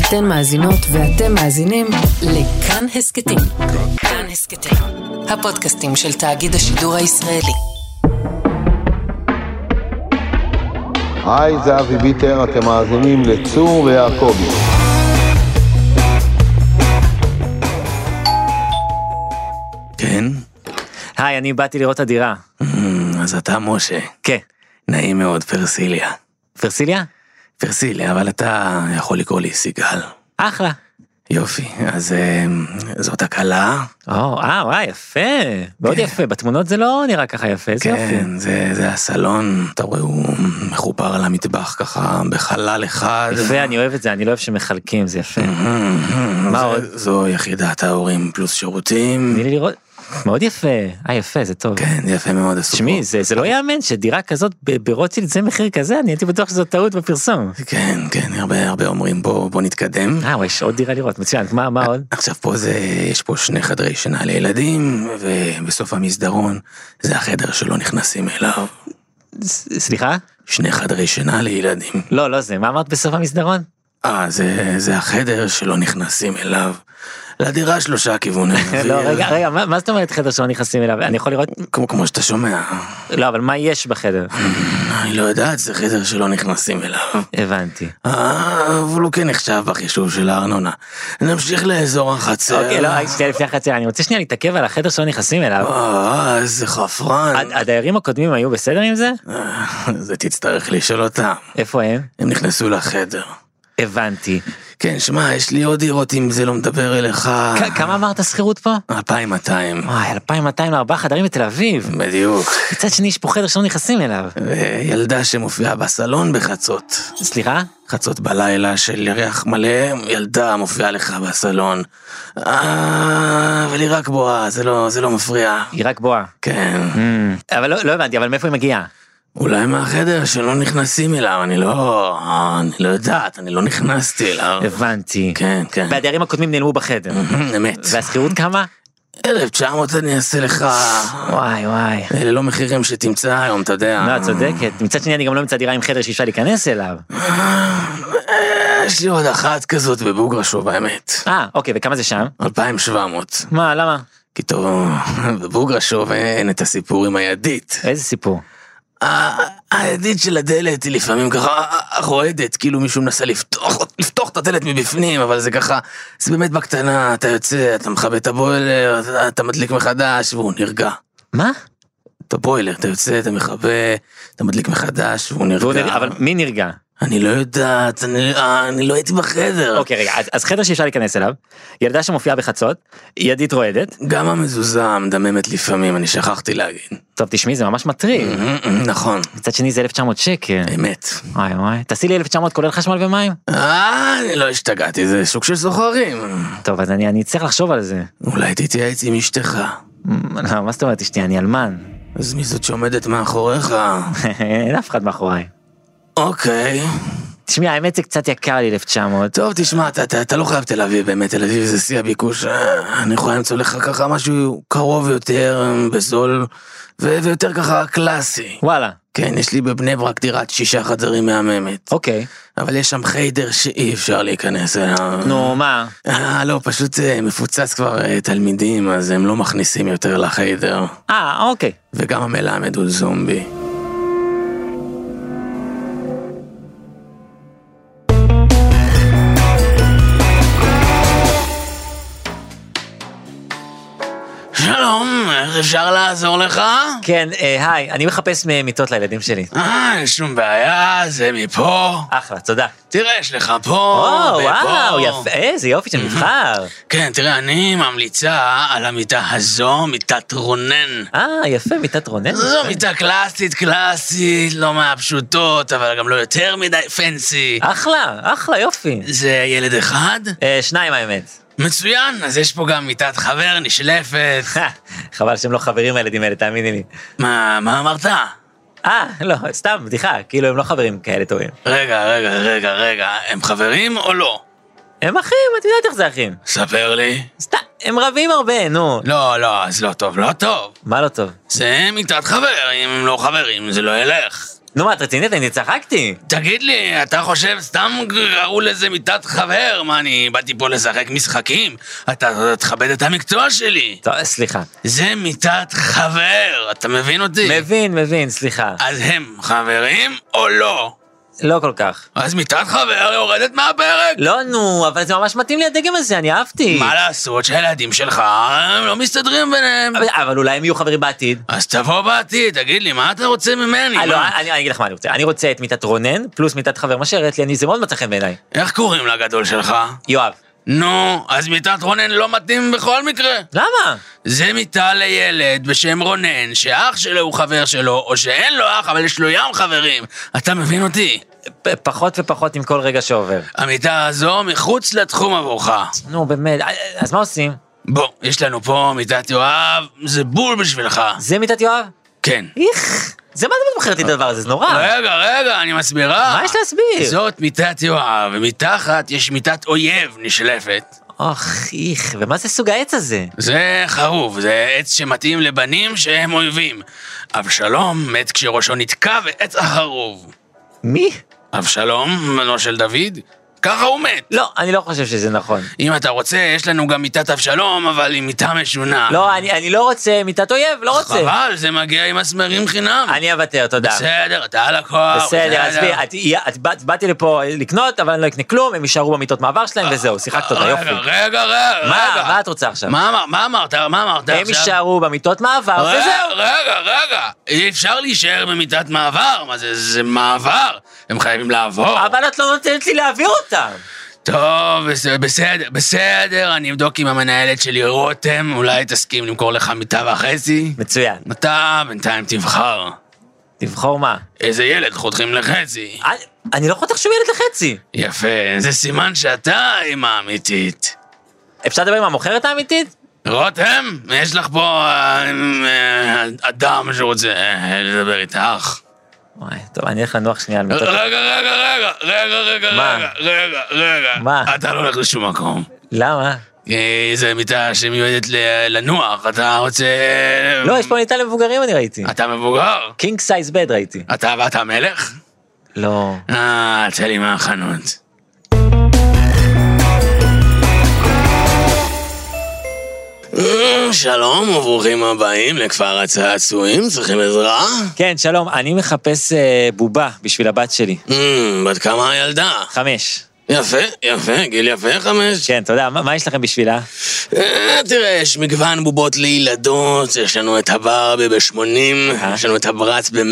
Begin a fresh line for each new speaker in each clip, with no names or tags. אתן מאזינות ואתם מאזינים לכאן הסכתים. כאן הסכתים, הפודקאסטים של תאגיד השידור הישראלי.
היי, זה אבי ביטר, אתם מאזינים לצור ויעקבי.
כן?
היי, אני באתי לראות את הדירה.
אמ, אז אתה משה.
כן.
נעים מאוד, פרסיליה.
פרסיליה?
פרסיליה, אבל אתה יכול לקרוא לי סיגל.
אחלה.
יופי, אז אמ, זאת הקלה.
או, אה, וואי, יפה. מאוד
כן.
יפה. בתמונות זה לא נראה ככה יפה, זה יופי.
כן, זה, זה הסלון, אתה רואה, הוא מחובר על המטבח ככה בחלל אחד.
יפה, אני אוהב את זה, אני לא אוהב שמחלקים, זה יפה.
אמ,
מה
זה-
עוד?
זו יחידת ההורים פלוס שירותים.
תני לי לראות. מאוד יפה. אה, יפה, זה טוב.
כן, יפה מאוד עשו.
תשמעי,
פה.
זה זה לא יאמן שדירה כזאת ב- ברוטשילד זה מחיר כזה, אני הייתי בטוח שזו טעות בפרסום.
כן, כן, הרבה הרבה אומרים בוא, בוא נתקדם.
אה, וואי, יש עוד דירה לראות, מצוין. מה מה עוד?
עכשיו פה זה, יש פה שני חדרי שינה לילדים, ובסוף המסדרון זה החדר שלא נכנסים אליו.
אה, ס- סליחה?
שני חדרי שינה לילדים.
לא, לא זה. מה אמרת בסוף המסדרון?
אה, זה, זה החדר שלא נכנסים אליו. לדירה שלושה כיוונים.
לא, רגע, רגע, מה מה זאת אומרת חדר שלא נכנסים אליו? אני יכול לראות?
כמו, כמו שאתה שומע,
לא, אבל מה יש בחדר?
אני לא יודעת, זה חדר שלא נכנסים אליו.
הבנתי.
אה, אבל הוא כן נחשב בחישוב של הארנונה. נמשיך לאזור החצר.
אוקיי, לא, רק שנייה לפני החצי, אני רוצה שנייה להתעכב על החדר שלא נכנסים אליו.
אה, איזה חפרן.
הד- הדיירים הקודמים היו בסדר עם זה?
אה, זה תצטרך לשאול אותם.
איפה הם?
הם נכנסו לחדר.
הבנתי.
כן, שמע, יש לי עוד דירות אם זה לא מדבר אליך.
כ- כן, כמה אמרת שכירות פה?
2,200.
וואי, 2,200 לארבעה חדרים בתל אביב.
בדיוק.
מצד שני יש פה חדר שלא נכנסים אליו.
ילדה שמופיעה בסלון בחצות.
סליחה?
חצות בלילה של ירח מלא, ילדה מופיעה לך בסלון. אה, אבל היא רק בואה, זה לא, זה לא מפריע.
היא רק בואה.
כן.
אמ, אבל לא לא הבנתי, אבל מאיפה היא מגיעה?
אולי מהחדר שלא נכנסים אליו, אני לא... אני לא יודעת, אני לא נכנסתי אליו.
הבנתי.
כן, כן.
והדיירים הקודמים נעלמו בחדר.
אמת.
והשכירות כמה?
1900 אני אעשה לך...
וואי וואי.
אלה לא מחירים שתמצא היום, אתה יודע.
לא, את צודקת. מצד שני אני גם לא אמצא דירה עם חדר שאפשר להיכנס אליו.
יש לי עוד אחת כזאת בבוגרשוב, האמת.
אה, אוקיי, וכמה זה שם?
2,700.
מה, למה?
כי טוב, בבוגרשוב אין את הסיפור עם הידית.
איזה סיפור.
ה- הידית של הדלת היא לפעמים ככה רועדת, כאילו מישהו מנסה לפתוח, לפתוח את הדלת מבפנים, אבל זה ככה, זה באמת בקטנה, אתה יוצא, אתה מכבה את הבוילר, אתה- אתה מדליק מחדש, והוא נרגע.
מה?
את הבוילר, אתה יוצא, אתה מכבה, אתה מדליק מחדש, והוא
והוא
נרגע.
נרגע, אבל מי נרגע?
אני לא יודעת, אני אה, אני לא הייתי בחדר.
אוקיי רגע אז, אז חדר שאפשר להיכנס אליו ילדה שמופיעה בחצות ידית רועדת
גם המזוזה מדממת לפעמים, אני שכחתי להגיד.
טוב תשמעי זה ממש מטריד
נכון,
מצד שני זה 1900 שקל
אמת.
וואי וואי תעשי לי 1900 כולל חשמל ומים
אה, אני לא השתגעתי, זה שוק של סוחרים.
טוב אז אני אני צריך לחשוב על זה
אולי תתייעץ עם אשתך.
מ, לא, מה זאת אומרת אשתי אני אלמן
אז מי זאת שעומדת מאחוריך?
אין אף אחד מאחוריי
אוקיי.
תשמעי האמת זה קצת יקר לי 1900
טוב, תשמע, אתה, אתה, אתה לא חייב תל אביב, באמת, תל אביב זה שיא הביקוש. אה, אני יכול למצוא לך ככה משהו קרוב יותר, אה, בזול, ו- ויותר ככה קלאסי.
וואלה
כן, יש לי בבני ברק דירת שישה חדרים מהממת.
אוקיי
אבל יש שם חיידר שאי אפשר להיכנס אליו.
נו מה
אה, לא, פשוט אה, מפוצץ כבר אה, תלמידים, אז הם לא מכניסים יותר לחיידר.
אה אוקיי
וגם המלמד הוא זומבי. שלום, איך אפשר לעזור לך?
כן אה, היי אני מחפש מ- מיטות לילדים שלי
אה, אין שום בעיה, זה מפה.
אחלה תודה.
תראה, יש לך פה,
או
ופה.
וואו יפה איזה יופי של מבחר.
כן, תראה, אני ממליצה על המיטה הזו, מיטת רונן.
אה, יפה, מיטת רונן.
זו מיטה קלאסית, קלאסית, לא מהפשוטות, אבל גם לא יותר מדי פנסי.
אחלה, אחלה, יופי.
זה ילד אחד?
אה, שניים האמת.
מצוין, אז יש פה גם מיטת חבר נשלפת.
חבל שהם לא חברים הילדים האלה, תאמיני לי.
מה, מה אמרת?
אה, לא, סתם, בדיחה, כאילו הם לא חברים כאלה טובים.
רגע, רגע, רגע, רגע, הם חברים או לא?
הם אחים, את יודעת איך זה אחים.
ספר לי.
סתם, הם רבים הרבה, נו.
לא, לא, אז לא טוב, לא טוב.
מה לא טוב?
זה מיטת חבר, אם הם לא חברים זה לא ילך.
נו, מה, את רצינית? אני צחקתי.
תגיד לי, אתה חושב סתם קראו לזה מיטת חבר? מה, אני באתי פה לשחק משחקים? אתה תכבד את המקצוע שלי.
טוב, סליחה.
זה מיטת חבר, אתה מבין אותי?
מבין, מבין, סליחה.
אז הם חברים או לא?
לא כל כך.
אז מיטת חבר יורדת מהפרק.
לא, נו, אבל זה ממש מתאים לי הדגם הזה, אני אהבתי.
מה לעשות שהילדים שלך הם לא מסתדרים ביניהם?
אבל- אבל אולי הם יהיו חברים בעתיד.
אז תבוא בעתיד, תגיד לי, מה אתה רוצה ממני?
אה, לא,
מה?
אני אני אגיד לך מה אני רוצה. אני רוצה את מיטת רונן, פלוס מיטת חבר, מה שהראית לי, אני- זה מאוד מצא חן בעיניי.
איך קוראים לגדול שלך?
יואב.
נו, אז מיטת רונן לא מתאים בכל מקרה.
למה?
זה מיטה לילד בשם רונן, שאח שלו הוא חבר שלו, או שאין לו אח, אבל יש לו ים חברים. אתה מבין אותי?
פ- פחות ופחות עם כל רגע שעובר.
המיטה הזו מחוץ לתחום עבורך.
נו, באמת, אה, אז מה עושים?
בוא, יש לנו פה מיטת יואב, זה בול בשבילך.
זה מיטת יואב?
כן.
איך? זה מה את בוחרת לי את הדבר הזה? זה נורא.
רגע, רגע, אני מסבירה.
אה. מה יש להסביר?
זאת מיטת יואב, ומתחת יש מיטת אויב נשלפת.
אוח, איך, ומה זה סוג העץ הזה?
זה חרוב, זה עץ שמתאים לבנים שהם אויבים. אבשלום מת כשראשו נתקע בעץ החרוב.
מי?
אבשלום, בנו של דוד, ככה הוא מת.
לא, אני לא חושב שזה נכון.
אם אתה רוצה, יש לנו גם מיטת אבשלום, אבל היא מיטה משונה.
לא, אני אני לא רוצה מיטת אויב, לא רוצה.
חבל, זה מגיע עם מסמרים חינם.
אני אוותר, תודה.
בסדר, אתה הלקוח.
בסדר, עזבי, את- יא- את באת- באתי לפה לקנות, אבל אני לא אקנה כלום, הם יישארו במיטות מעבר שלהם וזהו, שיחקת אותה, יופי.
רגע, רגע, רגע.
מה,
רגע.
מה את רוצה עכשיו?
מה אמר- מה אמרת? מה אמרת
הם
עכשיו?
יישארו במיטות מעבר
רגע,
וזהו.
רגע, רגע. אי אפשר להישאר במיטת מעבר. מה זה, זה מעבר. הם חייבים לעבור.
אבל את לא נותנת לי להעביר אותם.
טוב, בסדר, בסדר, בסדר, אני אבדוק עם המנהלת שלי, רותם, אולי תסכים למכור לך מיטה וחצי.
מצוין.
אתה בינתיים תבחר.
תבחור מה.
איזה ילד חותכים לחצי.
אני- אני לא חותך שום ילד לחצי.
יפה, זה סימן שאתה האמא האמיתית.
אפשר לדבר עם המוכרת האמיתית?
רותם, יש לך פה אה, אה, אדם שרוצה אה, לדבר איתך.
וואי, טוב, אני אלך לנוח שנייה על מיטות.
רגע, רגע, רגע, רגע, רגע,
מה?
רגע, רגע, רגע.
מה?
אתה לא הולך לשום מקום.
למה?
אה, זו מיטה שמיועדת ל- לנוח, אתה רוצה...
לא, יש פה מיטה למבוגרים אני ראיתי.
אתה מבוגר?
קינג סייז בד ראיתי.
אתה ואתה המלך?
לא.
אה, תן לי מהחנות. אה, שלום וברוכים הבאים לכפר הצעצועים, צריכים עזרה?
כן, שלום, אני מחפש אה, בובה בשביל הבת שלי.
אמ, בת כמה הילדה?
חמש.
יפה, יפה, גיל יפה חמש.
כן, תודה. מה, מה יש לכם בשבילה?
אה, תראה, יש מגוון בובות לילדות, יש לנו את הברבי ב-80, יש לנו את הברץ ב-100.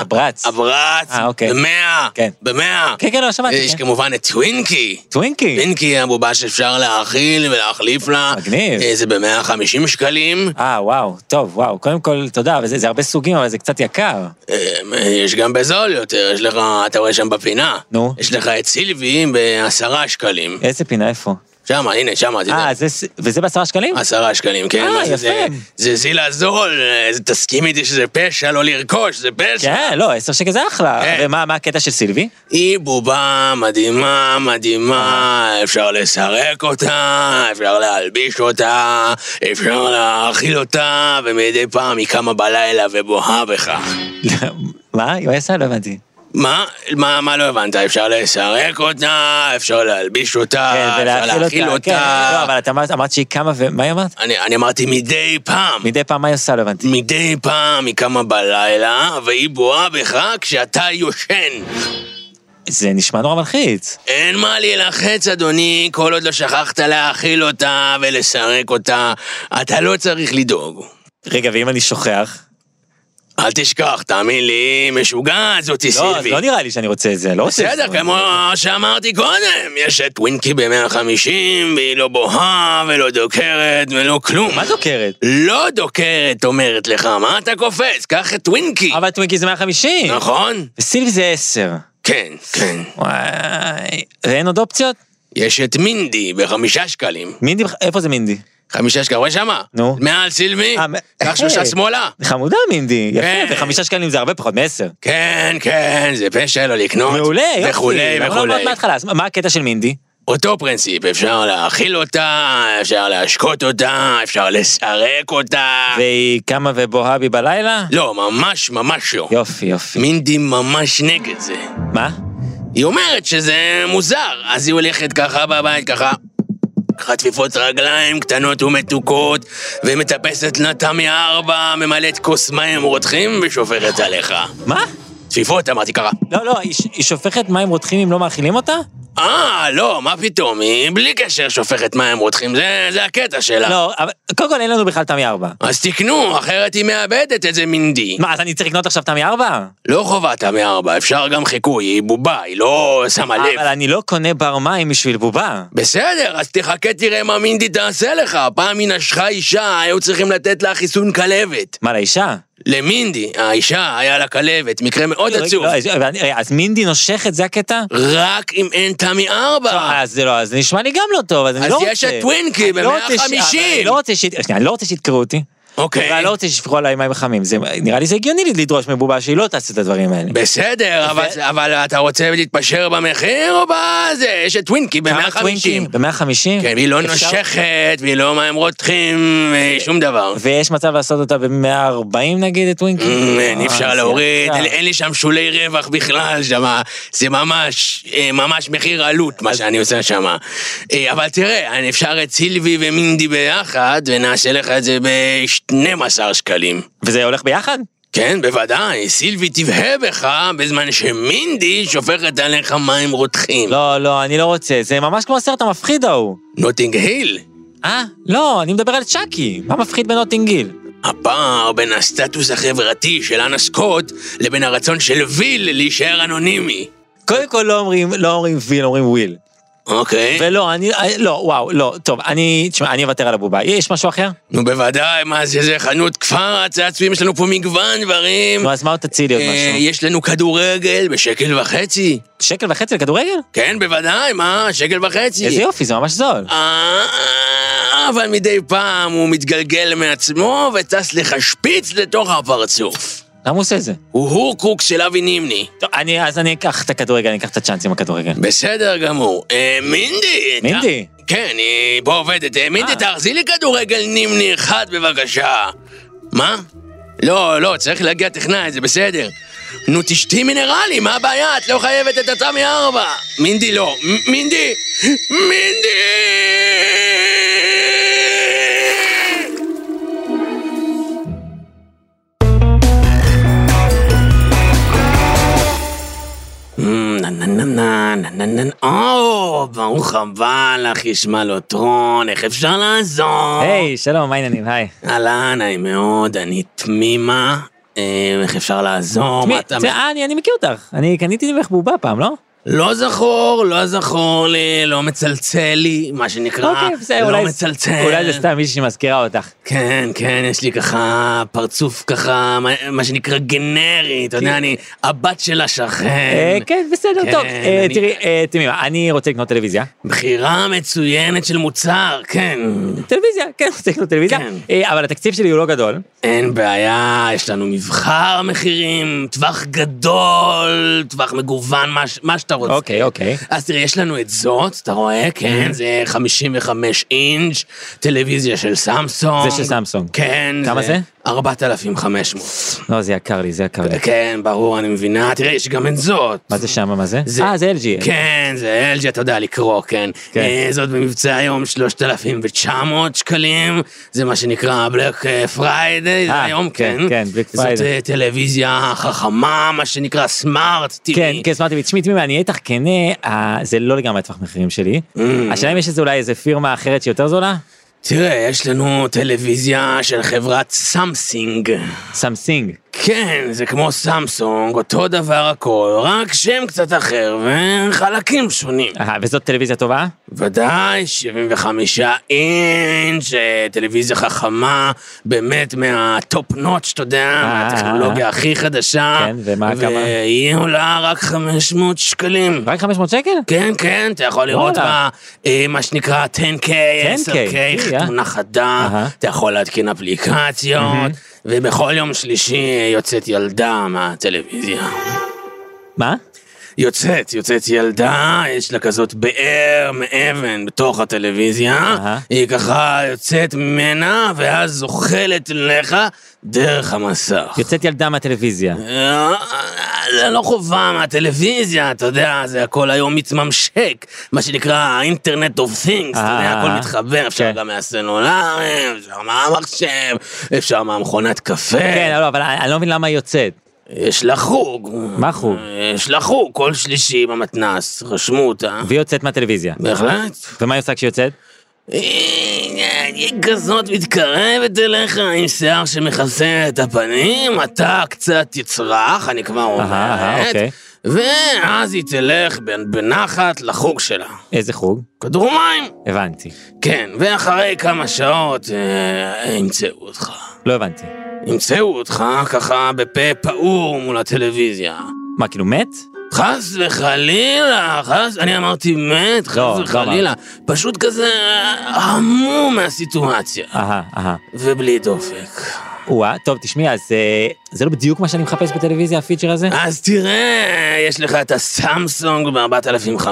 הברץ?
הברץ,
אה, אוקיי.
ב-100.
כן.
ב-100.
כן, כן, לא, שמעתי,
אה, יש
כן.
כמובן את טווינקי.
טווינקי.
פינקי היא הבובה שאפשר להאכיל ולהחליף לה.
מגניב.
אה, זה ב-150 שקלים.
אה, וואו, טוב, וואו. קודם כל, תודה, וזה זה הרבה סוגים, אבל זה קצת יקר.
אה, יש גם בזול יותר, יש לך, אתה רואה שם בפינה.
נו.
יש לך את סילביים בעשרה שקלים.
איזה פינה, איפה?
שמה, הנה, שמה, אתה יודע.
אה, זה... ס- וזה בעשרה שקלים?
אה, עשרה שקלים, כן?
אה,
מה זה,
יפה.
זה- זה זיל הזול, אה, זה- תסכים איתי שזה פשע לא לרכוש, זה פשע.
כן, לא, עשר שקל זה אחלה.
כן.
ומה מה הקטע של סילבי?
היא בובה מדהימה, מדהימה, אפשר לסרק אותה, אפשר להלביש אותה, אפשר להאכיל אותה, ומדי פעם היא קמה בלילה ובוהה בך.
מה? היא עושה? לא הבנתי.
מה? מה, מה לא הבנת? אפשר לסרק אותה, אפשר להלביש אותה,
כן,
אפשר
ולהאכיל
להאכיל
כן. לא,
אותה.
אבל את אמרת- אמרת שהיא קמה, ומה היא אמרת?
אני אני אמרתי מדי פעם.
מדי פעם מה היא עושה? לא הבנתי.
מדי פעם היא קמה בלילה, והיא בוהה בך כשאתה יושן.
זה נשמע נורא מלחיץ.
אין מה להילחץ, אדוני, כל עוד לא שכחת להאכיל אותה ולסרק אותה. אתה לא צריך לדאוג.
רגע, ואם אני שוכח?
אל תשכח, תאמין לי, משוגעת זאתי
לא,
סילבי.
לא נראה לי שאני רוצה את זה, לא רוצה את זה.
בסדר, כמו שאמרתי קודם, יש את ווינקי ב-150, והיא לא בוהה ולא דוקרת ולא כלום.
מה דוקרת?
לא דוקרת, אומרת לך, מה אתה קופץ? קח את ווינקי.
אבל טווינקי זה 150.
נכון?
וסילבי זה 10.
כן, כן.
וואי. ואין עוד אופציות?
יש את מינדי בחמישה שקלים.
מינדי, איפה זה מינדי?
חמישה שקלים, רואה שמה?
נו.
מעל סילבי?
אה, מ-
קח שלושה
אה.
שמאלה.
חמודה מינדי.
כן.
יפה, וחמישה שקלים זה הרבה פחות מ-10.
כן, כן, זה פשע לא לקנות.
מעולה, יופי.
וכולי
למה לא אמרת
וכולי.
מההתחלה? אז מה- מה הקטע של מינדי?
אותו פרינציפ, אפשר להאכיל אותה, אפשר להשקות אותה, אפשר לסרק אותה.
והיא קמה ובוהה בי בלילה?
לא, ממש ממש לא.
יופי, יופי.
מינדי ממש נגד זה.
מה?
היא אומרת שזה מוזר, אז היא הולכת ככה בבית, ככה... ככה תפיפות רגליים קטנות ומתוקות, ומטפסת לתמי ארבע, ממלאת כוס מים רותחים ושופכת עליך.
מה?
תפיפות, אמרתי ככה.
לא, לא, היא ש- היא שופכת מים רותחים אם לא מאכילים אותה?
אה, לא, מה פתאום, היא בלי קשר שופכת מים רותחים, זה, זה הקטע שלה.
לא, אבל קודם כל אין לנו בכלל תמי ארבע.
אז תקנו, אחרת היא מאבדת את זה מינדי.
מה, אז אני צריך לקנות עכשיו תמי ארבע?
לא חובה תמי ארבע, אפשר גם חיקוי, היא בובה, היא לא שמה לב.
אבל אני לא קונה בר מים בשביל בובה.
בסדר, אז תחכה תראה מה מינדי תעשה לך. פעם היא נשכה אישה, היו צריכים לתת לה חיסון כלבת.
מה, לאישה?
למינדי, האישה, היה לה כלבת, מקרה מאוד עצוב.
לא, אז- אבל אני- אז מינדי נושכת, זה הקטע?
רק אם אין תמי
טוב,
ארבע.
אז זה לא, אז זה נשמע לי גם לא טוב, אז אני
אה. אז
לא רוצה.
יש את טווינקי
אני לא רוצה ש-
ב-150.
אבל אני לא רוצה שית- שנייה, אני לא רוצה שיתקרו אותי.
אוקיי.
אני לא רוצה שישפכו עליי מים חמים. זה- נראה לי זה הגיוני לי לדרוש מבובה שהיא לא תעשה את הדברים האלה.
בסדר, אבל- אבל אתה רוצה להתפשר במחיר או בזה? יש את טווינקי
כמה טווינקים?
ב-150.
ב-150?
כן, והיא לא
אפשר-
נושכת, והיא לא מים רותחים, אה, שום דבר.
ויש מצב לעשות אותה ב-140 נגיד את טווינקי?
אמ, אין אי אפשר
אה,
להוריד,
זה-
אין- אין לי שם שולי רווח בכלל שם, זה ממש, אה, ממש מחיר עלות מה שאני עושה שם. אה, אבל תראה, אני- אפשר את סילבי ומינדי ביחד, ונעשה לך את זה ב-12 שקלים.
וזה הולך ביחד?
כן, בוודאי, סילבי תבהה בך בזמן שמינדי שופכת עליך מים רותחים.
לא, לא, אני לא רוצה, זה ממש כמו הסרט המפחיד ההוא.
נוטינג היל,
אה? לא, אני מדבר על צ'אקי, מה מפחיד בנוטינג גיל?
הפער בין הסטטוס החברתי של אנה סקוט לבין הרצון של ויל להישאר אנונימי.
קודם כל לא אומרים, לא אומרים ויל, אומרים וויל.
אוקיי.
ולא, אני, אה, לא, וואו, לא, טוב, אני, תשמע, אני אוותר על הבובה. יש משהו אחר?
נו בוודאי, מה זה, זה חנות כפר הצעצועים, יש לנו פה מגוון דברים.
נו, אז מה עוד תציעי לי עוד
אה,
משהו?
יש לנו כדורגל בשקל וחצי.
שקל וחצי לכדורגל?
כן, בוודאי, מה? שקל וחצי.
איזה יופי, זה ממש זול.
אה, אה, אבל מדי פעם הוא מתגלגל מעצמו וטס לך שפיץ לתוך הפרצוף.
למה הוא עושה את זה?
הוא הורקוק של אבי נימני.
טוב, אני, אז אני אקח את הכדורגל, אני אקח את הצ'אנס עם הכדורגל.
בסדר גמור. אה, מינדי! אתה-
מינדי?
כן, היא פה עובדת. אה, מינדי,
אה.
תארזי לי כדורגל נימני אחד בבקשה. מה? לא, לא, צריך להגיע טכנאי, זה בסדר. נו, תשתי מינרלים, מה הבעיה? את לא חייבת את התמי ארבע. מינדי לא. מ- מינדי! מינדי! נה נה נה נה נה נה נה נה או, ברוך הבא לך, ישמע לו טרון, איך אפשר לעזור?
היי, שלום, מה העניינים? היי.
אהלן, נעים מאוד, אני תמימה, אה, איך אפשר לעזור? מה
מי-
אתה...
זה- אה, אני אני מכיר אותך. אני קניתי ממך בובה פעם, לא?
לא זכור, לא זכור לי, לא מצלצל לי, מה שנקרא,
אוקיי, בסדר,
לא
אולי-
מצלצל.
אולי זה סתם מישהי שמזכירה אותך.
כן, כן, יש לי ככה פרצוף ככה, מה- מה שנקרא גנרי, אתה יודע, אני הבת של
אה,
השכן.
כן, בסדר,
כן,
טוב. אה,
אני-
תראי, אה, תמימה, אני רוצה לקנות טלוויזיה.
בחירה מצוינת של מוצר, כן.
טלוויזיה, כן, רוצה לקנות טלוויזיה.
כן.
אה, אבל התקציב שלי הוא לא גדול.
אין בעיה, יש לנו מבחר מחירים, טווח גדול, טווח מגוון, מה, ש- מה שאתה רוצה.
אוקיי, אוקיי.
אז תראה, יש לנו את זאת, אתה רואה?
Mm-hmm.
כן, זה 55 אינץ', טלוויזיה של סמסונג.
זה של סמסונג.
כן.
כמה זה?
4,500.
לא, זה יקר לי, זה יקר לי.
כן, ברור, אני מבינה. תראה, יש גם את זאת.
מה זה שם, מה זה?
זה-
אה, זה LG.
כן, זה LG, אתה יודע לקרוא, כן.
כן.
אה, זאת במבצע היום 3,900 שקלים, זה מה שנקרא בלק פריידי, זה
אה,
היום, כן.
כן, כן, Black Friday.
זאת אה, טלוויזיה חכמה, מה שנקרא סמארט TV.
כן, כן, סמארטי, תשמעי, תמימה, אני אהיה איתך כנה, אה, זה לא לגמרי הטווח מחירים שלי.
Mm.
השאלה אם יש איזה אולי איזה פירמה אחרת שהיא יותר זולה?
תראה, יש לנו טלוויזיה של חברת סמסינג.
סמסינג.
כן, זה כמו סמסונג, אותו דבר הכל, רק שם קצת אחר וחלקים שונים.
אה, וזאת טלוויזיה טובה?
ודאי, 75 אינץ', אה, טלוויזיה חכמה, באמת מהטופ נוטש, אתה יודע, מהטכנולוגיה הכי חדשה.
אה, כן, ומה, כמה?
והיא עולה רק 500 שקלים.
רק 500 שקל?
כן, כן, אתה יכול לראות
וואלה.
בה, אה, מה שנקרא 10K, 10K,
אה.
תמונה חדה,
אהה.
אתה יכול להתקין אפליקציות, ובכל יום שלישי יוצאת ילדה מהטלוויזיה.
מה?
יוצאת, יוצאת ילדה, יש לה כזאת באר מאבן בתוך הטלוויזיה,
אהה.
היא ככה יוצאת ממנה, ואז זוחלת לך דרך המסך.
יוצאת ילדה מהטלוויזיה.
אה, זה לא חובה מהטלוויזיה, אתה יודע, זה הכל היום מתממשק, מה שנקרא אינטרנט אוף תינגס, אתה יודע,
אה,
הכל
אה.
מתחבר, אפשר
כן.
גם מהסלולר, אפשר מהמחשב, אפשר מהמכונת קפה.
כן, לא, אבל אני לא מבין למה היא יוצאת.
יש לה חוג.
מה חוג?
יש לה חוג, כל שלישי במתנ"ס, רשמו אותה.
והיא יוצאת מהטלוויזיה.
בהחלט.
ומה היא עושה כשהיא יוצאת?
היא היא כזאת מתקרבת אליך עם שיער שמכסה את הפנים, אתה קצת תצרח, אני כבר
אהה, אהה,
אומרת,
אוקיי.
ואז היא תלך בנ- בנחת לחוג שלה.
איזה חוג?
כדור מים,
הבנתי.
כן, ואחרי כמה שעות אה, ימצאו אותך.
לא הבנתי.
ימצאו אותך ככה בפה פעור מול הטלוויזיה.
מה, כאילו מת?
חס וחלילה, חס... אני אמרתי מת, חס
לא, לא
וחלילה. פשוט כזה אה, המום מהסיטואציה.
אהה, אהה.
ובלי דופק.
וואה, טוב, תשמעי, אז אה, זה לא בדיוק מה שאני מחפש בטלוויזיה, הפיצ'ר הזה?
אז תראה, יש לך את הסמסונג ב-4500.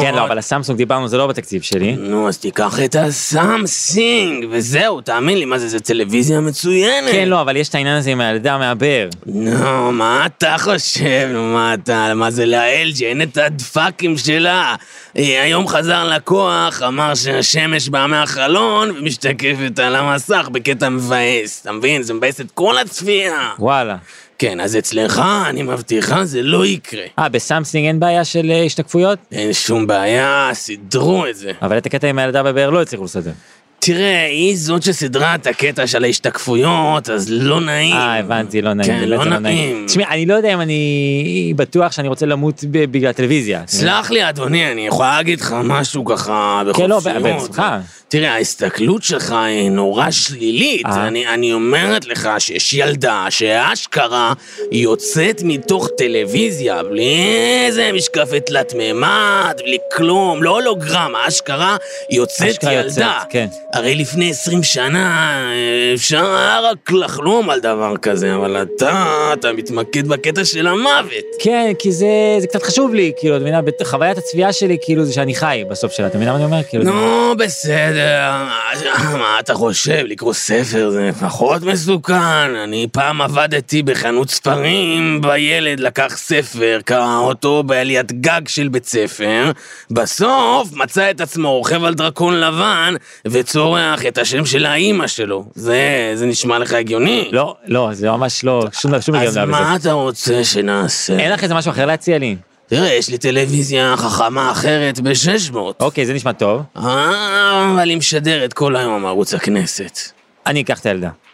כן, לא, אבל הסמסונג דיברנו, זה לא בתקציב שלי.
נו, אז תיקח את הסמסינג, וזהו, תאמין לי, מה זה, זה טלוויזיה מצוינת.
כן, לא, אבל יש את העניין הזה עם הילדה מהבאר.
נו, מה אתה חושב? נו, מה אתה, מה זה ל-LG? אין את הדפאקים שלה. אה, היום חזר לקוח, אמר שהשמש באה מהחלון ומשתקפת על המסך בקטע מבאס. אתה מבין? זה מבאס את כל הצפייה.
וואלה.
כן, אז אצלך, אני מבטיחה, זה לא יקרה.
אה, בסמסונג אין בעיה של אה, השתקפויות?
אין שום בעיה, סידרו את זה.
אבל את הקטע עם הילדה בבאר לא הצליחו לסדר.
תראה, היא זאת שסידרה את הקטע של ההשתקפויות, אז לא נעים.
אה, הבנתי, לא נעים.
כן,
באמת
לא
זה
נעים.
תשמעי, אני לא יודע אם אני בטוח שאני רוצה למות ב- בגלל הטלוויזיה.
סלח לי, אדוני, אני יכולה להגיד לך משהו ככה
כן, לא,
בחופשיות.
בשמחה.
תראה, ההסתכלות שלך היא נורא שלילית.
אה.
אני, אני אומרת לך שיש ילדה שאשכרה יוצאת מתוך טלוויזיה בלי איזה משקפת תלת מימד, בלי כלום, לא הולוגרמה, אשכרה יוצאת
אשכרה
ילדה.
יוצאת, כן.
הרי לפני 20 שנה אה, אפשר היה רק לחלום על דבר כזה, אבל אתה, אתה מתמקד בקטע של המוות.
כן, כי זה, זה קצת חשוב לי, כאילו, את מבינה, בת- חוויית הצפייה שלי, כאילו, זה שאני חי בסוף שלה, אתה מבינה מה אני אומר? כאילו, זה-
נו, בסדר, מה- מה אתה חושב, לקרוא ספר זה פחות מסוכן? אני פעם עבדתי בחנות ספרים, וילד לקח ספר, קרא אותו בעליית גג של בית ספר, בסוף מצא את עצמו רוכב על דרקון לבן, וצורח את השם של האימא שלו. זה, זה נשמע לך הגיוני?
לא, לא, זה ממש לא, שום שום
אז
הגיון בזה.
מה אתה רוצה שנעשה?
אין לך איזה משהו אחר להציע לי?
תראה, יש לי טלוויזיה חכמה אחרת ב-600.
אוקיי, זה נשמע טוב.
אה, אבל היא משדרת כל היום ערוץ הכנסת.
אני אקח את הילדה.